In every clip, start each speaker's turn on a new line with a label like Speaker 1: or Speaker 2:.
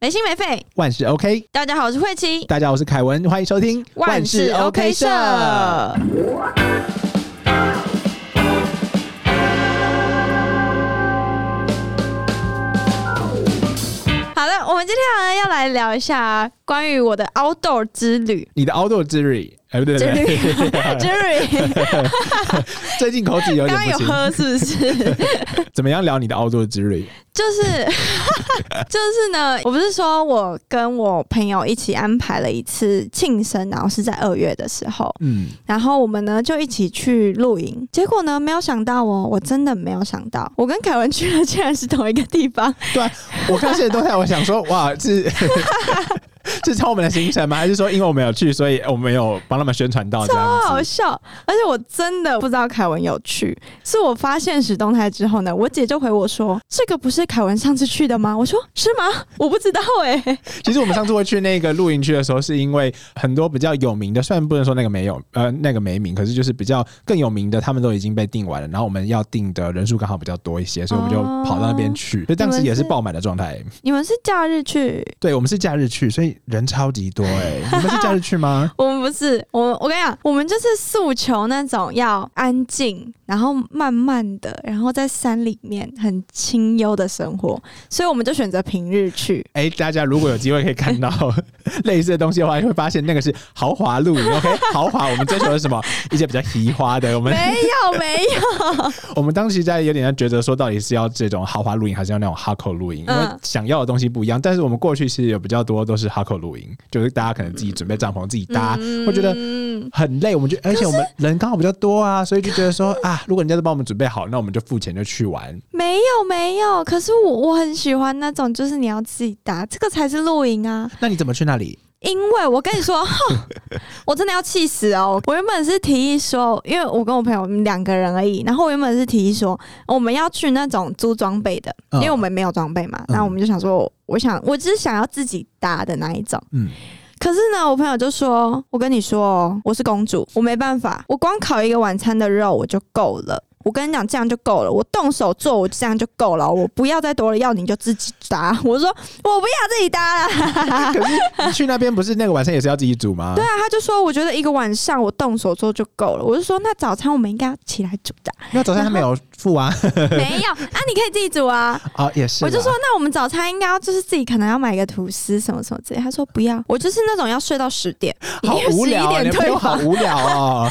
Speaker 1: 没心没肺。
Speaker 2: 万事 OK，
Speaker 1: 大家好，我是慧琪，
Speaker 2: 大家好，我是凯文，欢迎收听
Speaker 1: 万事 OK 社。好了，我们今天呢要来聊一下关于我的 outdoor 之旅。
Speaker 2: 你的 outdoor 之旅，哎，不对不
Speaker 1: 之
Speaker 2: 对，
Speaker 1: 旅，之旅，
Speaker 2: 最近口齿有
Speaker 1: 刚刚
Speaker 2: 点
Speaker 1: 有
Speaker 2: 不清，
Speaker 1: 喝是不是？
Speaker 2: 怎么样聊你的 outdoor 之旅？
Speaker 1: 就是 就是呢，我不是说我跟我朋友一起安排了一次庆生，然后是在二月的时候，
Speaker 2: 嗯，
Speaker 1: 然后我们呢就一起去露营。结果呢，没有想到哦，我真的没有想到，我跟凯文去的竟然是同一个地方。
Speaker 2: 对啊，我看现在动态，我想说，哇，是 是抄我们的行程吗？还是说因为我们有去，所以我们有帮他们宣传到这
Speaker 1: 超好
Speaker 2: 样子？
Speaker 1: 笑，而且我真的不知道凯文有去，是我发现实动态之后呢，我姐就回我说：“这个不是凯文上次去的吗？”我 说：“是吗？我不知道哎、
Speaker 2: 其实我们上次会去那个露营区的时候，是因为很多比较有名的，虽然不能说那个没有，呃，那个没名，可是就是比较更有名的，他们都已经被订完了，然后我们要订的人数刚好比较多一些，所以我们就
Speaker 1: 哦
Speaker 2: 跑到那边去，所以当时也是
Speaker 1: 你们是
Speaker 2: 爆满的状态。
Speaker 1: 你们是假日去？
Speaker 2: 对，我们是假日去，所以人超级多哎、你们是假日去吗？
Speaker 1: 我们不是，我们我跟你讲，我们就是诉求那种要安静，然后慢慢的，然后在山里面很清幽的生活，所以我们就选择平日去。
Speaker 2: 哎、大家如果有机会可以看到类似的东西的话，会发现那个是豪华露营。OK，豪华，我们追求的是什么？一些比较奇花的。我们
Speaker 1: 没有，没有，
Speaker 2: 我们当时在有点在抉择，说到底是要这种豪华露营，还是要那种哈口露营？因为
Speaker 1: 嗯
Speaker 2: 想要的东西不一样。但是我们过去其实有比较多都是哈口露营，就是大家可能自己准备帐篷，自己搭。 我觉得
Speaker 1: 嗯
Speaker 2: 很累，我们就而且我们人刚好比较多啊，所以就觉得说啊，如果人家都帮我们准备好，那我们就付钱就去玩。
Speaker 1: 没有，没有。可是我我很喜欢那种，就是你要自己搭，这个才是露营啊。
Speaker 2: 那你怎么去那里？
Speaker 1: 因为我跟你说， 哼我真的要气死哦！我原本是提议说，因为我跟我朋友我们两个人而已，然后我原本是提议说，我们要去那种租装备的，
Speaker 2: 嗯
Speaker 1: 因为我们没有装备嘛。
Speaker 2: 嗯
Speaker 1: 那、我们就想说，我想我只是想要自己搭的那一种。
Speaker 2: 嗯，
Speaker 1: 可是呢，我朋友就说，我跟你说哦，我是公主，我没办法，我光烤一个晚餐的肉我就够了。我跟你讲，这样就够了。我动手做，我这样就够了。我不要再多了，要你就自己搭。 我说我不要自己搭了。
Speaker 2: 可是你去那边不是那个晚餐也是要自己煮吗？对啊，
Speaker 1: 那他就说，我觉得一个晚上我动手做就够了。我就说，那早餐我们应该要起来煮 的。
Speaker 2: 因为早餐他没有付啊。
Speaker 1: 没有啊，你可以自己煮啊。
Speaker 2: 啊，也是 啦。
Speaker 1: 我就说，那我们早餐应该要就是自己可能要买个吐司什么什么之类。他说不要，我就是那种要睡到十点，
Speaker 2: 好无聊、
Speaker 1: 因
Speaker 2: 啊，
Speaker 1: 为11
Speaker 2: 你的
Speaker 1: 点
Speaker 2: 朋
Speaker 1: 退
Speaker 2: 友好
Speaker 1: 房，
Speaker 2: 无聊哦。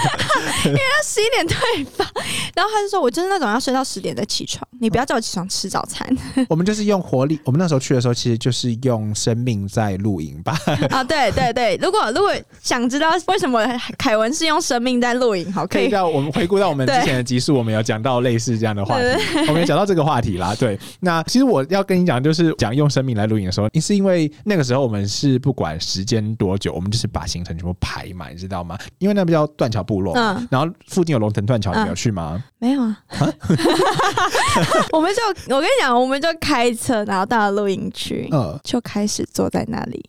Speaker 1: 要十一点退房。然后他就说，我就是那种要睡到十点再起床，你不要叫我起床吃早餐
Speaker 2: 我们就是用活力，我们那时候去的时候，其实就是用生命在露营吧。
Speaker 1: 啊！对对对，如果如果想知道为什么凯文是用生命在录影，好
Speaker 2: 可
Speaker 1: 可
Speaker 2: 以
Speaker 1: 以。
Speaker 2: 到我们回顾到我们之
Speaker 1: 对
Speaker 2: 前的集数，我们有讲到类似这样的话题
Speaker 1: 对，
Speaker 2: 我们有讲到这个话题啦。对，那其实我要跟你讲，就是讲用生命来露营的时候，是因为那个时候我们是不管时间多久，我们就是把行程全部排满，你知道吗？因为那边叫断桥部落嘛，
Speaker 1: 嗯
Speaker 2: 然后附近有龙腾断桥，你有去吗？
Speaker 1: 没有啊， 我们就我跟你讲，我们就开车，然后到了露营区，
Speaker 2: 嗯
Speaker 1: 就开始坐在那里。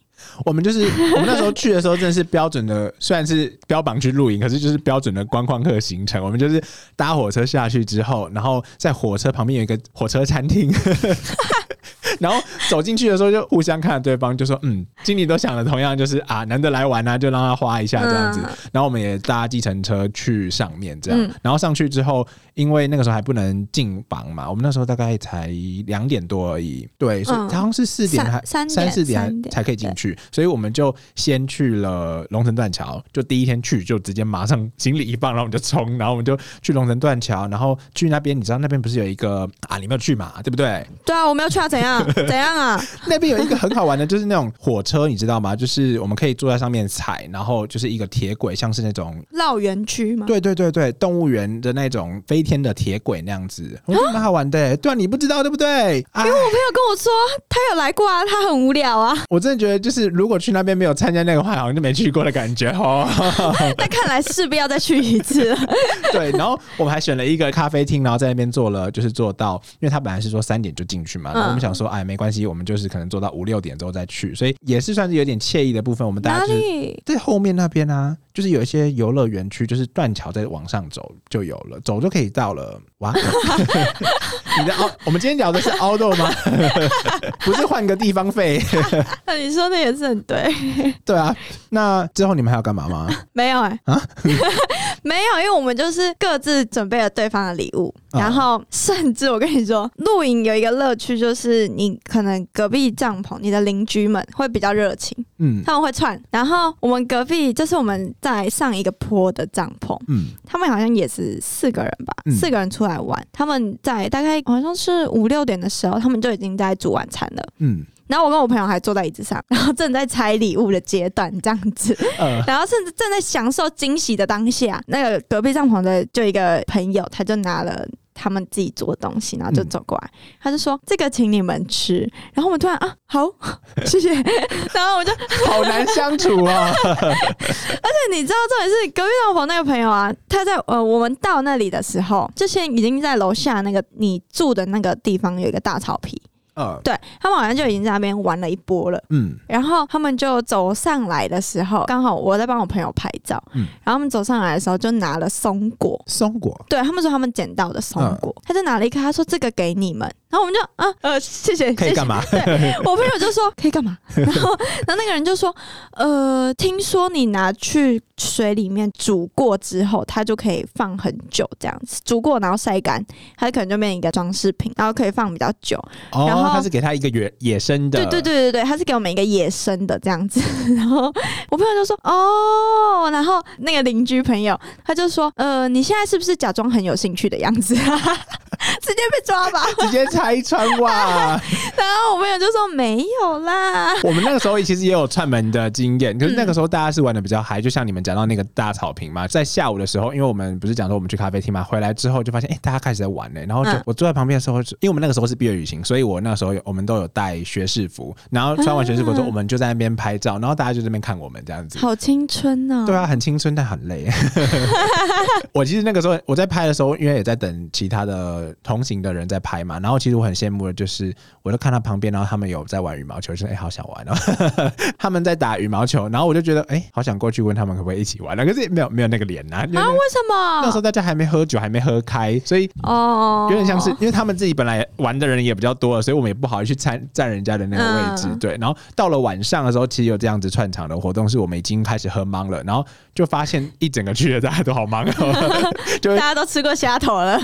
Speaker 2: 我 们就是我们那时候去的时候，真的是标准的，虽然是标榜去露营，可是就是标准的观光客行程。我们就是搭火车下去之后，然后在火车旁边有一个火车餐厅， 然后走进去的时候就互相看对方，就说嗯，经理都想了同样，就是啊，难得来玩啊，就让他花一下这样子。
Speaker 1: 嗯
Speaker 2: 然后我们也搭计程车去上面这样，
Speaker 1: 嗯
Speaker 2: 然后上去之后，因为那个时候还不能进房嘛，我们那时候大概才两点多而已，对，所以
Speaker 1: 嗯
Speaker 2: 好像是四点
Speaker 1: 三
Speaker 2: 还
Speaker 1: 三
Speaker 2: 三
Speaker 1: 点
Speaker 2: 四点
Speaker 1: 三
Speaker 2: 还
Speaker 1: 点
Speaker 2: 才可以进去，所以我们就先去了龙城断桥，就第一天去就直接马上行李一放，然后我们就冲，然后我们就去龙城断桥，然后去那边，你知道那边不是有一个啊，你没有去嘛，对 不对？
Speaker 1: 对啊，我没有去啊，怎样怎样啊？
Speaker 2: 那边有一个很好玩的，就是那种火车，你知道吗？就是我们可以坐在上面踩，然后就是一个铁轨，像是那种。
Speaker 1: 绕园区吗？
Speaker 2: 对对对对，动物园的那种飞天的铁轨那样
Speaker 1: 哦
Speaker 2: 子，我觉得蛮好玩的、对啊，你不知道对不对？啊，
Speaker 1: 我朋友跟我说他有来过啊，他很无聊啊。
Speaker 2: 我真的觉得就是如果去那边没有参加那个话，好像就没去过的感觉哦。
Speaker 1: 但看来势必要再去一次了。
Speaker 2: 对，然后我们还选了一个咖啡厅，然后在那边坐了，就是坐到，因为他本来是说三点就进去嘛，然后我们
Speaker 1: 嗯
Speaker 2: 想说，哎，没关系，我们就是可能做到五六点之后再去，所以也是算是有点惬意的部分。我们大
Speaker 1: 哪
Speaker 2: 家就是
Speaker 1: 里？
Speaker 2: 在后面那边啊，就是有一些游乐园区，就是断桥再往上走就有了，走就可以到了。 哇，你的凹，我们今天聊的是凹豆吗？ 不是换个地方费？
Speaker 1: 那啊你说的也是很对，
Speaker 2: 对啊，那之后你们还要干嘛吗？
Speaker 1: 没有哎、
Speaker 2: 啊
Speaker 1: 没有，因为我们就是各自准备了对方的礼物，
Speaker 2: 啊
Speaker 1: 然后甚至我跟你说， 露营有一个乐趣就是你可能隔壁帐篷，你的邻居们会比较热情，
Speaker 2: 嗯
Speaker 1: 他们会串，然后我们隔壁就是我们在上一个坡的帐篷，
Speaker 2: 嗯，
Speaker 1: 他们好像也是四个人吧，
Speaker 2: 嗯
Speaker 1: 四个人出来玩，他们在大概好像是五六点的时候，他们就已经在煮晚餐了。
Speaker 2: 嗯
Speaker 1: 然后我跟我朋友还坐在椅子上，然后正在拆礼物的阶段这样子，
Speaker 2: 呃
Speaker 1: 然后甚至正在享受惊喜的当下，那个隔壁帐篷的就一个朋友，他就拿了。他们自己做的东西，然后就走过来，嗯他就说：“这个请你们吃。”然后我们突然啊，好，谢 谢。然后我就，
Speaker 2: 好难相处啊。
Speaker 1: 但你知道，重点是隔壁帐篷那个朋友啊，他在呃，我们到那里的时候，就先已经在楼下那个你住的那个地方有一个大草皮，
Speaker 2: 呃
Speaker 1: 对他们好像就已经在那边玩了一波了。
Speaker 2: 嗯
Speaker 1: 然后他们就走上来的时候，刚好我在帮我朋友拍照，
Speaker 2: 嗯
Speaker 1: 然后他们走上来的时候就拿了松果，
Speaker 2: 松果，
Speaker 1: 对他们说他们捡到的松果，
Speaker 2: 嗯
Speaker 1: 他就拿了一颗，他说这个给你们，然后我们就啊呃谢 谢，
Speaker 2: 可
Speaker 1: 谢
Speaker 2: 以
Speaker 1: 谢
Speaker 2: 干嘛？
Speaker 1: 我朋友就说可以干嘛，然后然后那个人就说呃听说你拿去水里面煮过之后，它就可以放很久这样子，煮过然后晒干，它可能就变一个装饰品，然后可以放比较久，然
Speaker 2: 哦
Speaker 1: 后，
Speaker 2: 他是给他一个野野生的，
Speaker 1: 对对，对对对，他是给我们一个野生的这样子。 然后我朋友就说：“哦。”然后那个邻居朋友他就说：“呃，你现在是不是假装很有兴趣的样子、 啊？”直接被抓 吧。
Speaker 2: 直接拆穿哇。
Speaker 1: 然后我朋友就说：“没有啦。
Speaker 2: 我们那个时候其实也有串门的经验，可
Speaker 1: 嗯
Speaker 2: 是那个时候大家是玩的比较嗨，就像你们讲到那个大草坪嘛，在下午的时候，因为我们不是讲说我们去咖啡厅嘛，回来之后就发现，哎、大家开始在玩呢、然后就、
Speaker 1: 嗯
Speaker 2: 我坐在旁边的时候，因为我们那个时候是毕业旅行，所以我那个时候有我们都有带学士服，然后穿完学士服之后，
Speaker 1: 啊
Speaker 2: 我们就在那边拍照，然后大家就在那边看我们这样”子。
Speaker 1: 好青春哦！
Speaker 2: 对啊，很青春，但很 累。 我其实那个时候我在拍的时候，因为也在等其他的同行的人在拍嘛，然后其实我很羡慕的就是，我就看他旁边，然后他们有在玩羽毛球，就是哎、好想 玩哦，他们在打羽毛球，然后我就觉得哎、好想过去问他们可不可以一起玩啊，可是没有没有那个脸呐、因为那
Speaker 1: 啊，
Speaker 2: 个
Speaker 1: 为什
Speaker 2: 那时候
Speaker 1: 么？
Speaker 2: 大家还没喝酒，还没喝开，所以
Speaker 1: 哦，
Speaker 2: 有点像是，因为他们自己本来玩的人也比较多了，所以我们也不好去占占人家的那个位置。
Speaker 1: 嗯
Speaker 2: 对，然后到了晚上的时候，其实有这样子串场的活动，是我们已经开始喝懵了，然后就发现一整个区的大家都好忙哦，就
Speaker 1: 大家
Speaker 2: 会
Speaker 1: 都吃过虾头 了，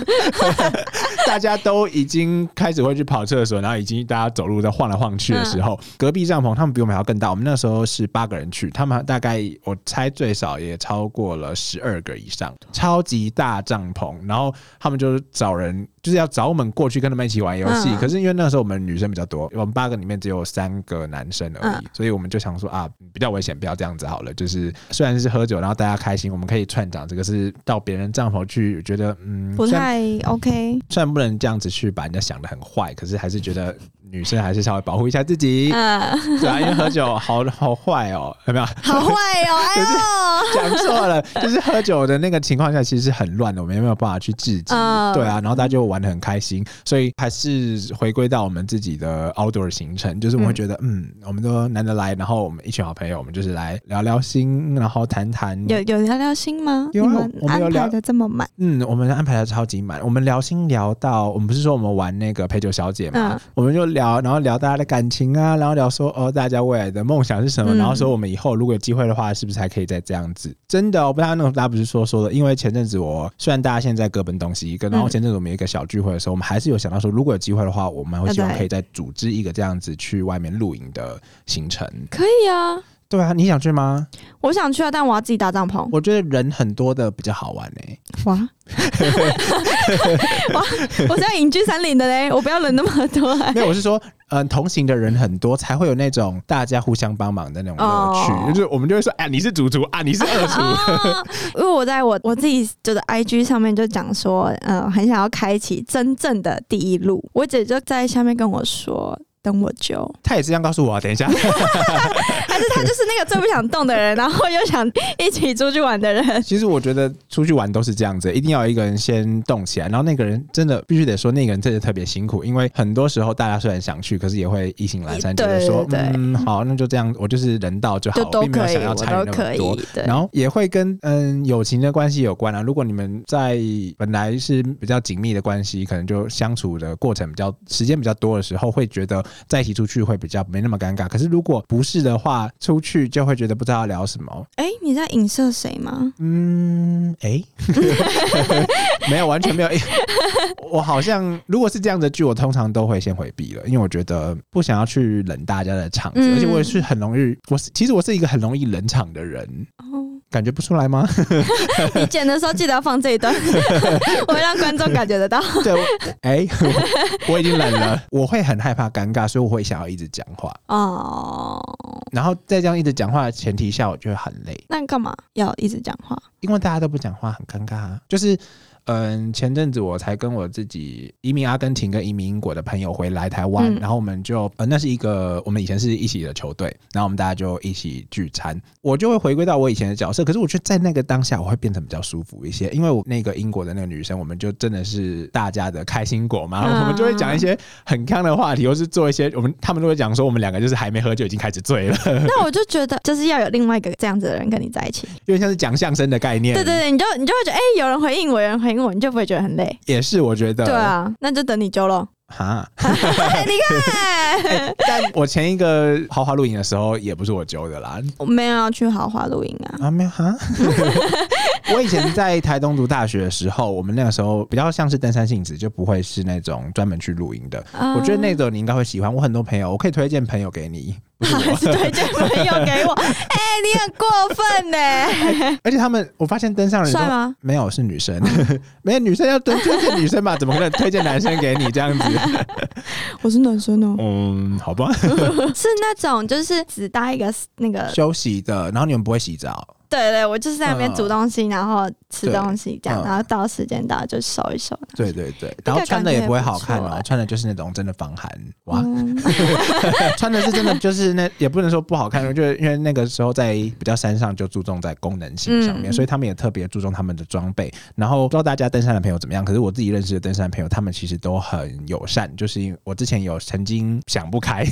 Speaker 2: 大家都已经开始会去跑厕所，然后已经大家走路在晃来晃去的时
Speaker 1: 嗯
Speaker 2: 候，隔壁帐篷他们比我们还要更大，我们那时候是八个人去，他们大概我猜最少也超过了十二个以上，超级大帐篷，然后他们就是找人，就是要找我们过去跟他们一起玩游戏，
Speaker 1: 嗯
Speaker 2: 可是因为那时候我们女生比较多，我们八个里面只有三个男生而已，所以我们就想说啊，比较危险，不要这样子好了，就是虽然是喝酒，然后大家开心，我们可以串场，这个是到别人帐篷去，觉得嗯，
Speaker 1: 不
Speaker 2: 虽然
Speaker 1: 太 OK。
Speaker 2: 虽然不能这样子去把人家想的很坏，可是还是觉得女生还是稍微保护一下自己，
Speaker 1: 嗯，
Speaker 2: 对啊，因为喝酒好好坏哦，有没有？
Speaker 1: 好坏 哦，哎呦，
Speaker 2: 讲错了，就是喝酒的那个情况下，其实是很乱的，我们也没有办法去制止，
Speaker 1: 嗯
Speaker 2: 对啊，然后大家就玩的很开心，所以还是回归到我们自己的 outdoor 行程，就是我们会觉得，嗯我们都难得来，然后我们一群好朋友，我们就是来聊聊心，然后谈谈
Speaker 1: 有有聊聊心吗？
Speaker 2: 有啊
Speaker 1: 你
Speaker 2: 我
Speaker 1: 们
Speaker 2: 们有
Speaker 1: 安
Speaker 2: 聊
Speaker 1: 排的这么满，
Speaker 2: 嗯，我们安排的超级满。我们聊心聊到，我们不是说我们玩那个陪酒小姐嘛，
Speaker 1: 嗯
Speaker 2: 我们就聊，然后聊大家的感情啊，然后聊说哦，大家未来的梦想是什么，
Speaker 1: 嗯
Speaker 2: 然后说我们以后如果有机会的话，是不是还可以再这样子？真的、哦，我不知道那种大家不是说说的，因为前阵子我虽然大家现在各奔东西，跟然后
Speaker 1: 嗯
Speaker 2: 前阵子我们有一个小聚会的时候，我们还是有想到说，如果有机会的话，我们会希望
Speaker 1: 要再
Speaker 2: 可以再组织一个这样子去外面露营的行程。
Speaker 1: 可以啊。
Speaker 2: 对啊，你想去吗？
Speaker 1: 我想去啊，但我要自己搭帐篷。
Speaker 2: 我觉得人很多的比较好玩欸诶、
Speaker 1: 哇，哇，我是要隐居山林的嘞，我不要人那么多、 哎
Speaker 2: 没有，我是说，嗯、同行的人很多，才会有那种大家互相帮忙的那种乐趣。
Speaker 1: 哦
Speaker 2: 就是我们就会说，哎，你是主厨啊，你是二厨，
Speaker 1: 啊，因为我在我我自己就是 IG 上面就讲说，呃，很想要开启真正的第一路。我姐就在下面跟我说，等我救。
Speaker 2: 他也是这样告诉我、啊。等 一下，
Speaker 1: 还是他就是那个最不想动的人，然后又想一起出去玩的人。
Speaker 2: 其实我觉得出去玩都是这样子，一定要有一个人先动起来，然后那个人真的必须得说，那个人真的特别辛苦，因为很多时候大家虽然想去，可是也会意兴阑珊，觉
Speaker 1: 对
Speaker 2: 得说
Speaker 1: 对对
Speaker 2: 嗯好，那就这样，我就是人到就好，
Speaker 1: 就
Speaker 2: 我
Speaker 1: 都
Speaker 2: 并没有
Speaker 1: 可以，
Speaker 2: 想要
Speaker 1: 我
Speaker 2: 参与
Speaker 1: 都
Speaker 2: 那
Speaker 1: 可
Speaker 2: 么
Speaker 1: 以
Speaker 2: 多。，
Speaker 1: 对，
Speaker 2: 然后也会跟嗯友情的关系有关啊。如果你们在本来是比较紧密的关系，可能就相处的过程比较时间比较多的时候，会觉得在一起出去会比较没那么尴尬。可是如果不是的话，出去就会觉得不知道要聊什么。
Speaker 1: 哎、你在影射谁 吗？
Speaker 2: 嗯，哎、 没有，完全没有。诶我好像如果是这样的剧，我通常都会先回避了，因为我觉得不想要去冷大家的场子，
Speaker 1: 嗯
Speaker 2: 而且我也是很容易，我是其实我是一个很容易冷场的人，
Speaker 1: 哦，
Speaker 2: 感觉不出 来吗？
Speaker 1: 你剪的时候记得要放这一 段， 我会让观众感觉得到。
Speaker 2: 对，我哎、 我我已经冷了，我会很害怕尴尬，所以我会想要一直讲话，
Speaker 1: 哦，
Speaker 2: 然后在这样一直讲话的前提下，我就会很累，
Speaker 1: 那干嘛要一直讲话？
Speaker 2: 因为大家都不讲话，很尴尬、啊。就是，嗯，前阵子我才跟我自己移民阿根廷跟移民英国的朋友回来台湾，
Speaker 1: 嗯
Speaker 2: 然后我们就呃，那是一个我们以前是一起的球队，然后我们大家就一起聚餐，我就会回归到我以前的角色。可是我觉得在那个当下，我会变成比较舒服一些，因为我那个英国的那个女生，我们就真的是大家的开心果嘛，
Speaker 1: 嗯
Speaker 2: 我们就会讲一些很康的话题，或是做一些我们他们都会讲说我们两个就是还没喝就已经开始醉了，
Speaker 1: 那我就觉得就是要有另外一个这样子的人跟你在一 起。
Speaker 2: 有点像是讲相声的概念。
Speaker 1: 对对对，你就你就会觉得，哎、有人回应我，有人回应我，你就不会觉得很累。
Speaker 2: 也是我觉得
Speaker 1: 对啊，那就哎等你揪 喽。
Speaker 2: 哈。
Speaker 1: 哎你看，
Speaker 2: 但我前一个豪华露营的时候，也不是我揪的啦。
Speaker 1: 我没有要去豪华露营啊。
Speaker 2: 啊，没有 哈。我以前在台东读大学的时候，我们那个时候比较像是登山性质，就不会是那种专门去露营的。
Speaker 1: 啊
Speaker 2: 我觉得那种你应该会喜欢。我很多朋友，我可以推荐朋友给你，不 是
Speaker 1: 还
Speaker 2: 我。
Speaker 1: 是推荐朋友给我。 哎、你很过分呢、
Speaker 2: 而且他们，我发现登上人都
Speaker 1: 帅吗？
Speaker 2: 没有是女 生，没有女生要推推荐女生吧？怎么可能推荐男生给你这样子？
Speaker 1: 我是男生 哦、
Speaker 2: 嗯，好吧，
Speaker 1: 是那种就是只搭一个那个，
Speaker 2: 休息的，然后你们不会洗澡，
Speaker 1: 对对，我就是在那边
Speaker 2: 嗯
Speaker 1: 煮东西，然后吃东西这样，
Speaker 2: 嗯
Speaker 1: 然后到时间到就收一收。
Speaker 2: 对对对，
Speaker 1: 这个
Speaker 2: 然后穿的也不会好
Speaker 1: 感
Speaker 2: 看
Speaker 1: 觉也不
Speaker 2: 哦
Speaker 1: 错，
Speaker 2: 穿的就是那种真的防寒哇，
Speaker 1: 嗯，
Speaker 2: 穿的是真的，就是那也不能说不好看，就是因为那个时候在比较山上就注重在功能性上面，
Speaker 1: 嗯
Speaker 2: 所以他们也特别注重他们的装备。然后不知道大家登山的朋友怎么样，可是我自己认识的登山朋友，他们其实都很友善。就是因为我之前有曾经想不开，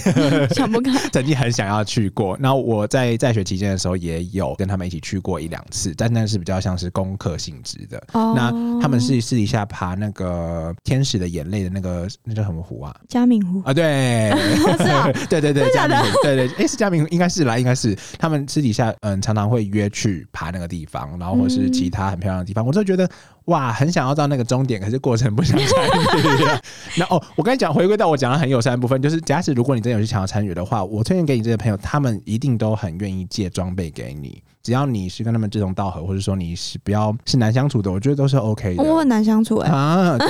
Speaker 1: 想不开。
Speaker 2: 曾经很想要去过。然后我在在学期间的时候也有跟他们一起去过一两次，但那是比较像是功课性质的。
Speaker 1: 哦
Speaker 2: 那他们是私底下爬那个天使的眼泪的那个那叫什么湖啊？
Speaker 1: 嘉明 湖，
Speaker 2: 啊，对，
Speaker 1: 是啊，
Speaker 2: 对对对，嘉
Speaker 1: 真的假的
Speaker 2: 明湖，对对，诶，是嘉明湖，应该是啦，应该是他们私底下嗯常常会约去爬那个地方，然后或是
Speaker 1: 嗯
Speaker 2: 其他很漂亮的地方，我就觉得哇，很想要到那个终点，可是过程不想参与。 那哦，我刚才讲回归到我讲的很友善的部分，就是假使如果你真的有去想要参与的话，我推荐给你这些朋友，他们一定都很愿意借装备给你。只要你是跟他们志同道合，或者说你是不要是难相处的，我觉得都是 OK 的。
Speaker 1: 我很难相处哎、
Speaker 2: 啊，对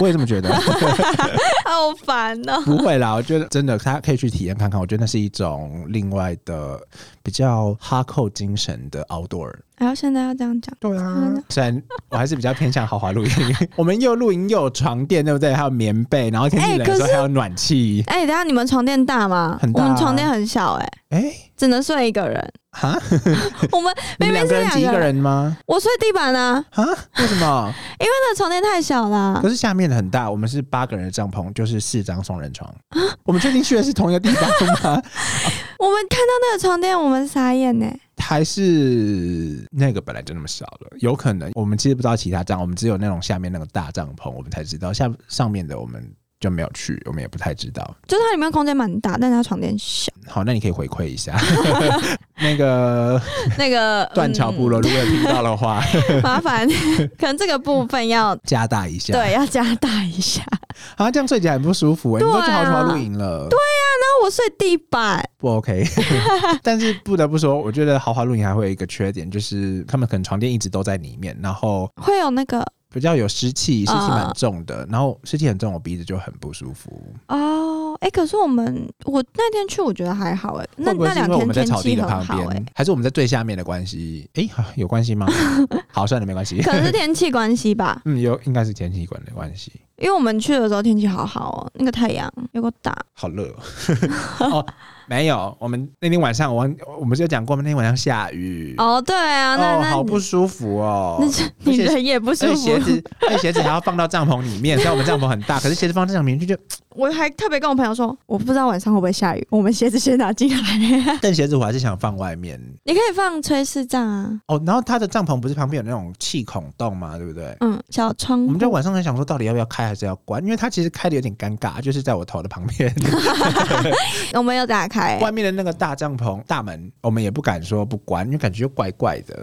Speaker 2: 我也这么觉得。
Speaker 1: 好烦 哦、
Speaker 2: 不会啦，我觉得真的，他可以去体验看看。我觉得那是一种另外的比较哈扣精神的 outdoor。
Speaker 1: 然后现在要这样讲，
Speaker 2: 对
Speaker 1: 啊，
Speaker 2: 虽然我还是比较偏向豪华露营， 我们又露营又有床垫，对不对？还有棉被，然后天气冷的时候还有暖气。
Speaker 1: 哎、等一下你们床垫大吗？
Speaker 2: 很大啊
Speaker 1: 我们床垫很小哎、
Speaker 2: 哎、
Speaker 1: 只能睡一个人。
Speaker 2: 哈，
Speaker 1: 我们
Speaker 2: 你
Speaker 1: 明明
Speaker 2: 们两
Speaker 1: 是
Speaker 2: 个人挤一
Speaker 1: 两
Speaker 2: 个，人吗？
Speaker 1: 我睡地板啊，
Speaker 2: 啊，为什么？
Speaker 1: 因为那床垫太小了
Speaker 2: 可。是下面的很大，我们是八个人的帐篷，就是四张双人床。我们确定去的是同一个地方吗？
Speaker 1: 我们看到那个床垫，我们傻眼呢、欸
Speaker 2: 还是那个本来就那么少了，有可能我们其实不知道其他帐，我们只有那种下面那个大帐篷，我们才知道下上面的我们就没有去，我们也不太知道。
Speaker 1: 就是它里面空间蛮大，但它床垫小。
Speaker 2: 好，那你可以回馈一下，那个
Speaker 1: 那个
Speaker 2: 断桥部落，如果有听到的话，
Speaker 1: 嗯麻烦， 可能这个部分要
Speaker 2: 加大一下。，
Speaker 1: 嗯对要加大一下。
Speaker 2: 啊，这样睡起来很不舒服、欸，你都去
Speaker 1: 对
Speaker 2: 豪
Speaker 1: 啊
Speaker 2: 华露营了，对，
Speaker 1: 那我睡地板，
Speaker 2: 不 OK。但是不得不说，我觉得豪华露营还会有一个缺点，就是他们可能床垫一直都在里面，然后
Speaker 1: 会有那个
Speaker 2: 比较有湿气，湿气蛮
Speaker 1: 嗯
Speaker 2: 重的，然后湿气很重，我鼻子就很不舒服。
Speaker 1: 哦，哎、可是我们我那天去，我觉得还好哎、那
Speaker 2: 会不会
Speaker 1: 那
Speaker 2: 是因
Speaker 1: 两
Speaker 2: 为我
Speaker 1: 天
Speaker 2: 们在
Speaker 1: 天
Speaker 2: 草地
Speaker 1: 气
Speaker 2: 的
Speaker 1: 很
Speaker 2: 旁
Speaker 1: 好哎、
Speaker 2: 边，还是我们在最下面的关系？哎、好有关系 吗？好，算了，没关系。
Speaker 1: 可能是天气关系吧，
Speaker 2: 嗯，有应该是天气管的关系。
Speaker 1: 因为我们去的时候天气好好哦、那个太阳有个大，
Speaker 2: 好热 哦哦，没有，我们那天晚上我忘我们就讲过，我们那天晚上下雨，
Speaker 1: 哦，对啊，那、
Speaker 2: 哦
Speaker 1: 那
Speaker 2: 好
Speaker 1: 你
Speaker 2: 不舒服哦。
Speaker 1: 那是
Speaker 2: 而
Speaker 1: 你
Speaker 2: 且
Speaker 1: 人也不
Speaker 2: 而
Speaker 1: 舒
Speaker 2: 且
Speaker 1: 服
Speaker 2: 鞋。子，而且鞋子还要放到帐篷里面，虽然我们帐篷很大，可是鞋子放在帐篷里面 就就，
Speaker 1: 我还特别跟我朋友说，我不知道晚上会不会下雨，我们鞋子先拿进来。
Speaker 2: 但鞋子我还是想放外面。
Speaker 1: 你可以放炊事帐啊，
Speaker 2: 哦，然后他的帐篷不是旁边有那种气孔洞嘛，对不对？
Speaker 1: 嗯，小窗户。
Speaker 2: 我们就晚上在想说，到底要不要开还是要关？因为它其实开的有点尴尬，就是在我头的旁边，
Speaker 1: 我们有打开、
Speaker 2: 外面的那个大帐篷大门，我们也不敢说不关，因为感觉就怪怪的。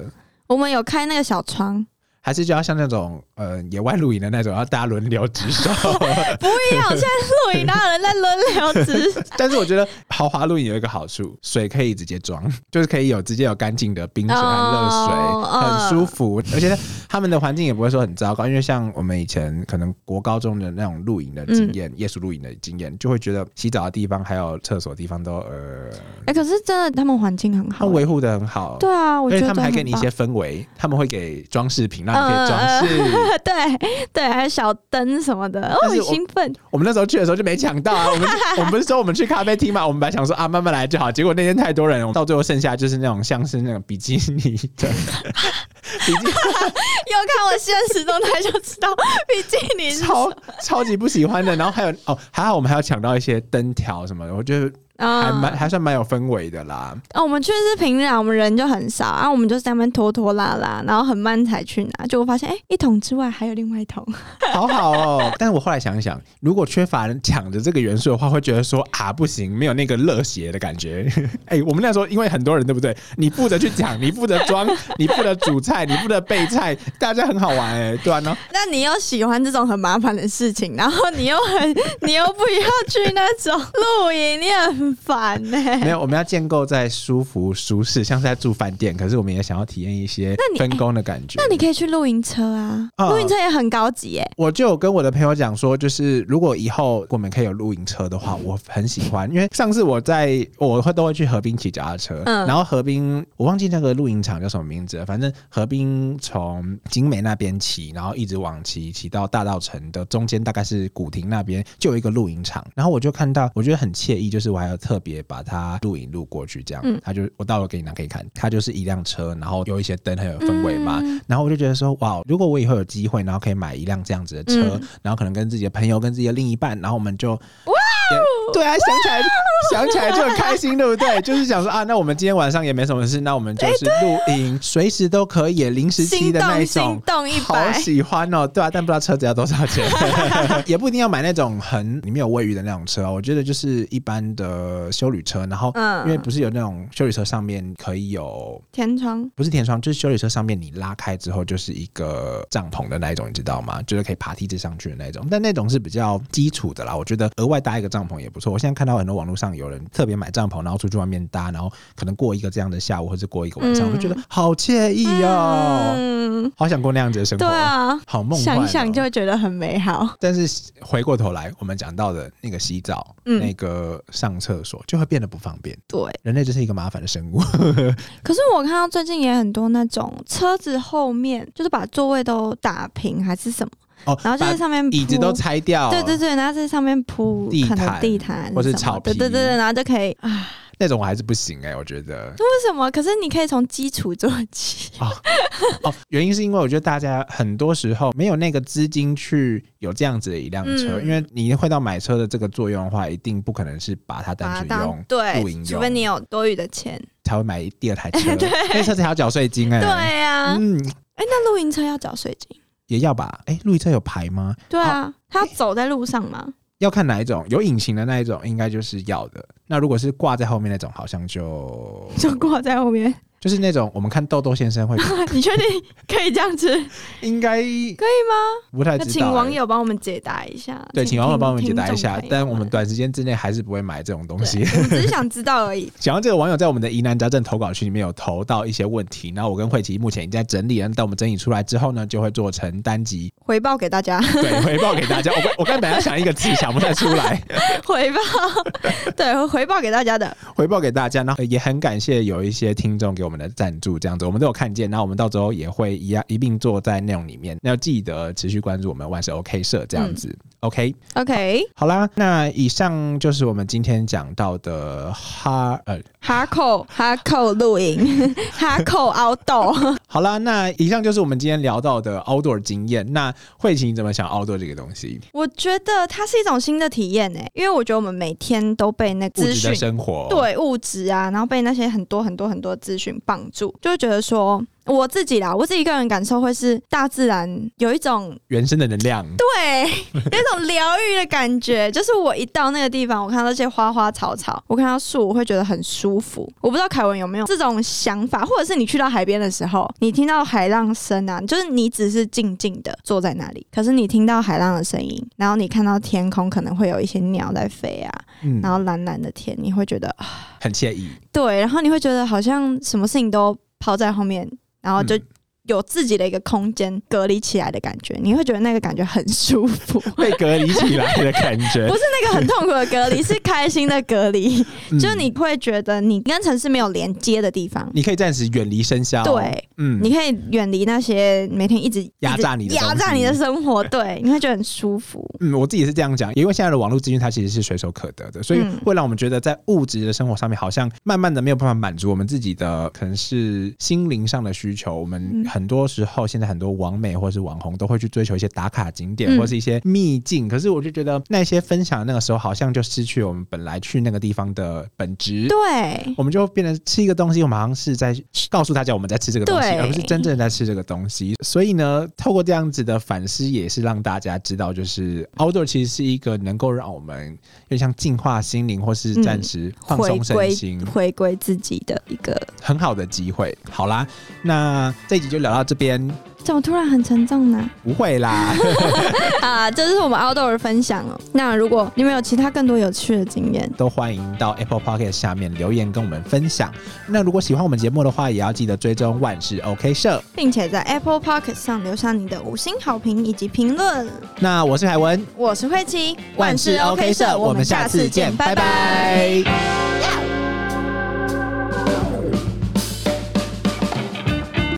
Speaker 1: 我们有开那个小 窗，
Speaker 2: 还是就要像那种呃野外露营的那种，要大家轮流值 守。
Speaker 1: 不要！现在露营哪有人在轮流 值？
Speaker 2: 但是我觉得豪华露营有一个好处，水可以直接装，就是可以有直接有干净的冰水和热水，
Speaker 1: 哦
Speaker 2: 很
Speaker 1: 嗯
Speaker 2: 舒服。而且他们的环境也不会说很糟糕，因为像我们以前可能国高中的那种露营的
Speaker 1: 嗯
Speaker 2: 经验，夜宿露营的经验，就会觉得洗澡的地方还有厕所的地方都呃，
Speaker 1: 哎、可是真的，他们环境很
Speaker 2: 他
Speaker 1: 好、
Speaker 2: 维护的很好。
Speaker 1: 对啊，我
Speaker 2: 而
Speaker 1: 觉
Speaker 2: 且
Speaker 1: 得
Speaker 2: 他们还
Speaker 1: 很
Speaker 2: 给你一
Speaker 1: 棒
Speaker 2: 些氛围，他们会给装饰品，让你可以装
Speaker 1: 嗯
Speaker 2: 饰。
Speaker 1: 呃对对，还有小灯什么的，我
Speaker 2: 但是
Speaker 1: 很
Speaker 2: 我
Speaker 1: 兴奋。
Speaker 2: 我们那时候去的时候就没抢到啊，我们我们不是说我们去咖啡厅嘛，我们本来想说啊慢慢来就好，结果那天太多人，我们到最后剩下就是那种像是那种比基尼的 比基
Speaker 1: 有看我现实动态就知道， 比基尼
Speaker 2: 尼
Speaker 1: 是
Speaker 2: 超 超级不喜欢的，然后还有哦还好我们还有抢到一些灯条什么的，我觉得还蛮、
Speaker 1: 啊、
Speaker 2: 还算蛮有氛围的啦。
Speaker 1: 哦，我们去的是平壤，我们人就很少，然、啊后我们就在那边拖拖拉拉，然后很慢才去拿，就我发现，哎、一桶之外还有另外一桶，
Speaker 2: 好好哦。但是我后来想一想，如果缺乏抢的这个元素的话，会觉得说啊不行，没有那个热血的感觉。 哎、我们那时候因为很多人对不对？你负责去抢，你负责 装，你负责煮菜，你负责备菜，大家很好玩哎、对啊，然 后
Speaker 1: 那你又喜欢这种很麻烦的事情，然后你又很，你又不要去那种露营，你很烦呢、
Speaker 2: 没有，我们要建构在舒服舒适，像是在住饭店，可是我们也想要体验一些
Speaker 1: 你
Speaker 2: 分工的感觉。
Speaker 1: 那你可以去露营车啊，
Speaker 2: 啊
Speaker 1: 露营车也很高级耶、
Speaker 2: 我就有跟我的朋友讲说，就是如果以后我们可以有露营车的话，我很喜欢，因为上次我在我会都会去河滨骑脚踏车，
Speaker 1: 嗯
Speaker 2: 然后河滨我忘记那个露营场叫什么名字了，反正河滨从景美那边骑，然后一直往骑骑到大道城的中间，大概是古亭那边就有一个露营场，然后我就看到我觉得很惬意，就是我还有特别把它录影录过去，这样，
Speaker 1: 嗯
Speaker 2: 他就我到了给你拿给你看，它就是一辆车，然后有一些灯很有氛围嘛，
Speaker 1: 嗯
Speaker 2: 然后我就觉得说，哇，如果我以后有机会，然后可以买一辆这样子的车，
Speaker 1: 嗯
Speaker 2: 然后可能跟自己的朋友、跟自己的另一半，然后我们就，也对啊，想起来想起来就很开心，对不 对？就是想说啊，那我们今天晚上也没什么事，那我们就是露营，随时都可以临时期
Speaker 1: 哎心
Speaker 2: 的那
Speaker 1: 动
Speaker 2: 一
Speaker 1: 心
Speaker 2: 种。
Speaker 1: 动一
Speaker 2: 好
Speaker 1: 百，
Speaker 2: 喜欢哦，对啊，但不知道车子要多 少钱，也不一定要买那种很里面有卫浴的那种车哦。我觉得就是一般的修旅车，然后
Speaker 1: 嗯
Speaker 2: 因为不是有那种修旅车上面可以有
Speaker 1: 天窗。
Speaker 2: 不是天窗，就是修理车上面你拉开之后就是一个帐篷的那一种，你知道吗？就是可以爬梯子上去的那一种，但那种是比较基础的啦。我觉得额外搭一个帐篷也不错。我现在看到很多网络上有人特别买帐篷，然后出去外面搭，然后可能过一个这样的下午，或是过一个晚上，
Speaker 1: 嗯
Speaker 2: 我就觉得好惬意哦，
Speaker 1: 嗯，
Speaker 2: 好想过那样子的生活，
Speaker 1: 对啊，
Speaker 2: 好梦幻、
Speaker 1: 想
Speaker 2: 哦
Speaker 1: 想就。会觉得很美好。
Speaker 2: 但是回过头来，我们讲到的那个洗澡、
Speaker 1: 嗯
Speaker 2: 那个上厕所，就会变得不方便。
Speaker 1: 对，
Speaker 2: 人类就是一个麻烦的生物。
Speaker 1: 可是我看到最近也很多那种车子后面就是把座位都打平还是什么，
Speaker 2: 哦，
Speaker 1: 然后就
Speaker 2: 把
Speaker 1: 在上面铺
Speaker 2: 椅子都拆掉，
Speaker 1: 对对对，然后在上面铺
Speaker 2: 地
Speaker 1: 可
Speaker 2: 毯
Speaker 1: 能地毯
Speaker 2: 或是
Speaker 1: 什么
Speaker 2: 草
Speaker 1: 对对
Speaker 2: 皮
Speaker 1: 对对，然后就可以啊。
Speaker 2: 那种我还是不行哎、我觉得
Speaker 1: 为什么？可是你可以从基础做起。
Speaker 2: 哦，原因是因为我觉得大家很多时候没有那个资金去有这样子的一辆车，
Speaker 1: 嗯
Speaker 2: 因为你会到买车的这个作用的话，一定不可能是把它
Speaker 1: 把它
Speaker 2: 单纯
Speaker 1: 当
Speaker 2: 用露
Speaker 1: 对，
Speaker 2: 营用
Speaker 1: 除非你有多余的钱。
Speaker 2: 才会买第二台车， 因为车子还要缴税金哎、
Speaker 1: 对呀、啊，
Speaker 2: 嗯，
Speaker 1: 哎、那露营车要缴税金？
Speaker 2: 也要吧？哎、露营车有牌吗？
Speaker 1: 对啊，他要走在路上吗？
Speaker 2: 要看哪一种，有引擎的那一 种应该就是要的。那如果是挂在后面那种，好像就
Speaker 1: 就挂在后面，
Speaker 2: 就是那种我们看豆豆先生会，
Speaker 1: 你确定可以这样吃？
Speaker 2: 应该可以吗？不 太
Speaker 1: 那
Speaker 2: 知道、
Speaker 1: 请网
Speaker 2: 欸
Speaker 1: 友帮我们解答一下。
Speaker 2: 对，请网友帮我们解答一
Speaker 1: 啊听
Speaker 2: 下
Speaker 1: 听众朋友，
Speaker 2: 但我们短时间之内还是不会买这种东西
Speaker 1: 对。我们只是想知道而已。
Speaker 2: 讲到这个网友在我们的疑难杂症投稿区里面有投到一些问题，然后我跟慧琪目前已经在整理了，等我们整理出来之后呢，就会做成单集，
Speaker 1: 回报给大 家，
Speaker 2: 对，回报给大家。我刚我刚本来想一个字想不太出来，
Speaker 1: 回报， 对，回报给大家的。
Speaker 2: 回报给大家，然后也很感谢有一些听众给我们的赞助，这样子我们都有看见，那我们到时候也会一样一并做在内容里面，那要记得持续关注我们万事 OK 社这样
Speaker 1: 嗯
Speaker 2: 子、OK，
Speaker 1: OK，
Speaker 2: 好啦，那以上就是我们今天讲到的哈呃
Speaker 1: 哈扣哈扣露营， 哈扣凹豆，
Speaker 2: 好啦，那以上就是我们今天聊到的 outdoor 经验。那慧琴你怎么想 outdoor 这个东西？
Speaker 1: 我觉得它是一种新的体验诶、因为我觉得我们每天都被那
Speaker 2: 物
Speaker 1: 资
Speaker 2: 质
Speaker 1: 讯
Speaker 2: 的生活，，
Speaker 1: 对物质啊，然后被那些很多很多很多资讯绑住，就会觉得说我自己啦，我自己个人感受会是大自然有一种
Speaker 2: 原生的能量，
Speaker 1: 对有一种疗愈的感觉，就是我一到那个地方，我看到这些花花草草，我看到树，我会觉得很舒服。我不知道凯文有没有这种想法，或者是你去到海边的时候，你听到海浪声啊，就是你只是静静的坐在那里，可是你听到海浪的声音，然后你看到天空可能会有一些鸟在飞啊，
Speaker 2: 嗯
Speaker 1: 然，后蓝蓝的天，你会觉得啊
Speaker 2: 很惬意。
Speaker 1: 对，然后你会觉得好像什么事情都抛在后面，然后就
Speaker 2: 嗯
Speaker 1: 有自己的一个空间隔离起来的感觉，你会觉得那个感觉很舒服，
Speaker 2: 被隔离起来的感觉
Speaker 1: 不，是那个很痛苦的隔离，是开心的隔离，
Speaker 2: 嗯
Speaker 1: 就是你会觉得你跟城市没有连接的地方。
Speaker 2: 你可以暂时远离喧嚣，，
Speaker 1: 对，
Speaker 2: 嗯，
Speaker 1: 你可以远离那些每天一直
Speaker 2: 压榨你
Speaker 1: 一
Speaker 2: 的
Speaker 1: 直压榨
Speaker 2: 东西
Speaker 1: 你的生活，对， 你会觉得很舒服。
Speaker 2: 嗯，我自己是这样讲，因为现在的网络资讯它其实是随手可得的，所以
Speaker 1: 嗯
Speaker 2: 会让我们觉得在物质的生活上面，好像慢慢的没有办法满足我们自己的可能是心灵上的需求。我们
Speaker 1: 嗯
Speaker 2: 很多时候现在很多网美或是网红都会去追求一些打卡景点
Speaker 1: 嗯
Speaker 2: 或是一些秘境，可是我就觉得那些分享的那个时候，好像就失去我们本来去那个地方的本质。
Speaker 1: 对，
Speaker 2: 我们就变成吃一个东西，我们好像是在告诉大家我们在吃这个东西，
Speaker 1: 对
Speaker 2: 而不是真正在吃这个东西。所以呢，透过这样子的反思，也是让大家知道，就是 outdoor 其实是一个能够让我们有点像净化心灵，或是暂时放
Speaker 1: 回
Speaker 2: 松身
Speaker 1: 归
Speaker 2: 心，
Speaker 1: 嗯回归自己的一个，
Speaker 2: 很好的机会。好啦，那这一集就聊到这边，
Speaker 1: 怎么突然很沉重呢？
Speaker 2: 不会啦，
Speaker 1: 啊，这是我们 outdoor 的分享哦。那如果你们有其他更多有趣的经验，
Speaker 2: 都欢迎到 Apple Podcast 下面留言跟我们分享。那如果喜欢我们节目的话，也要记得追踪万事 OK 社。
Speaker 1: 并且在 Apple Pocket 上留下你的五星好评以及评论。
Speaker 2: 那我是海文。
Speaker 1: 我是慧琪，
Speaker 2: 万事 OK 社，我们下次见，拜拜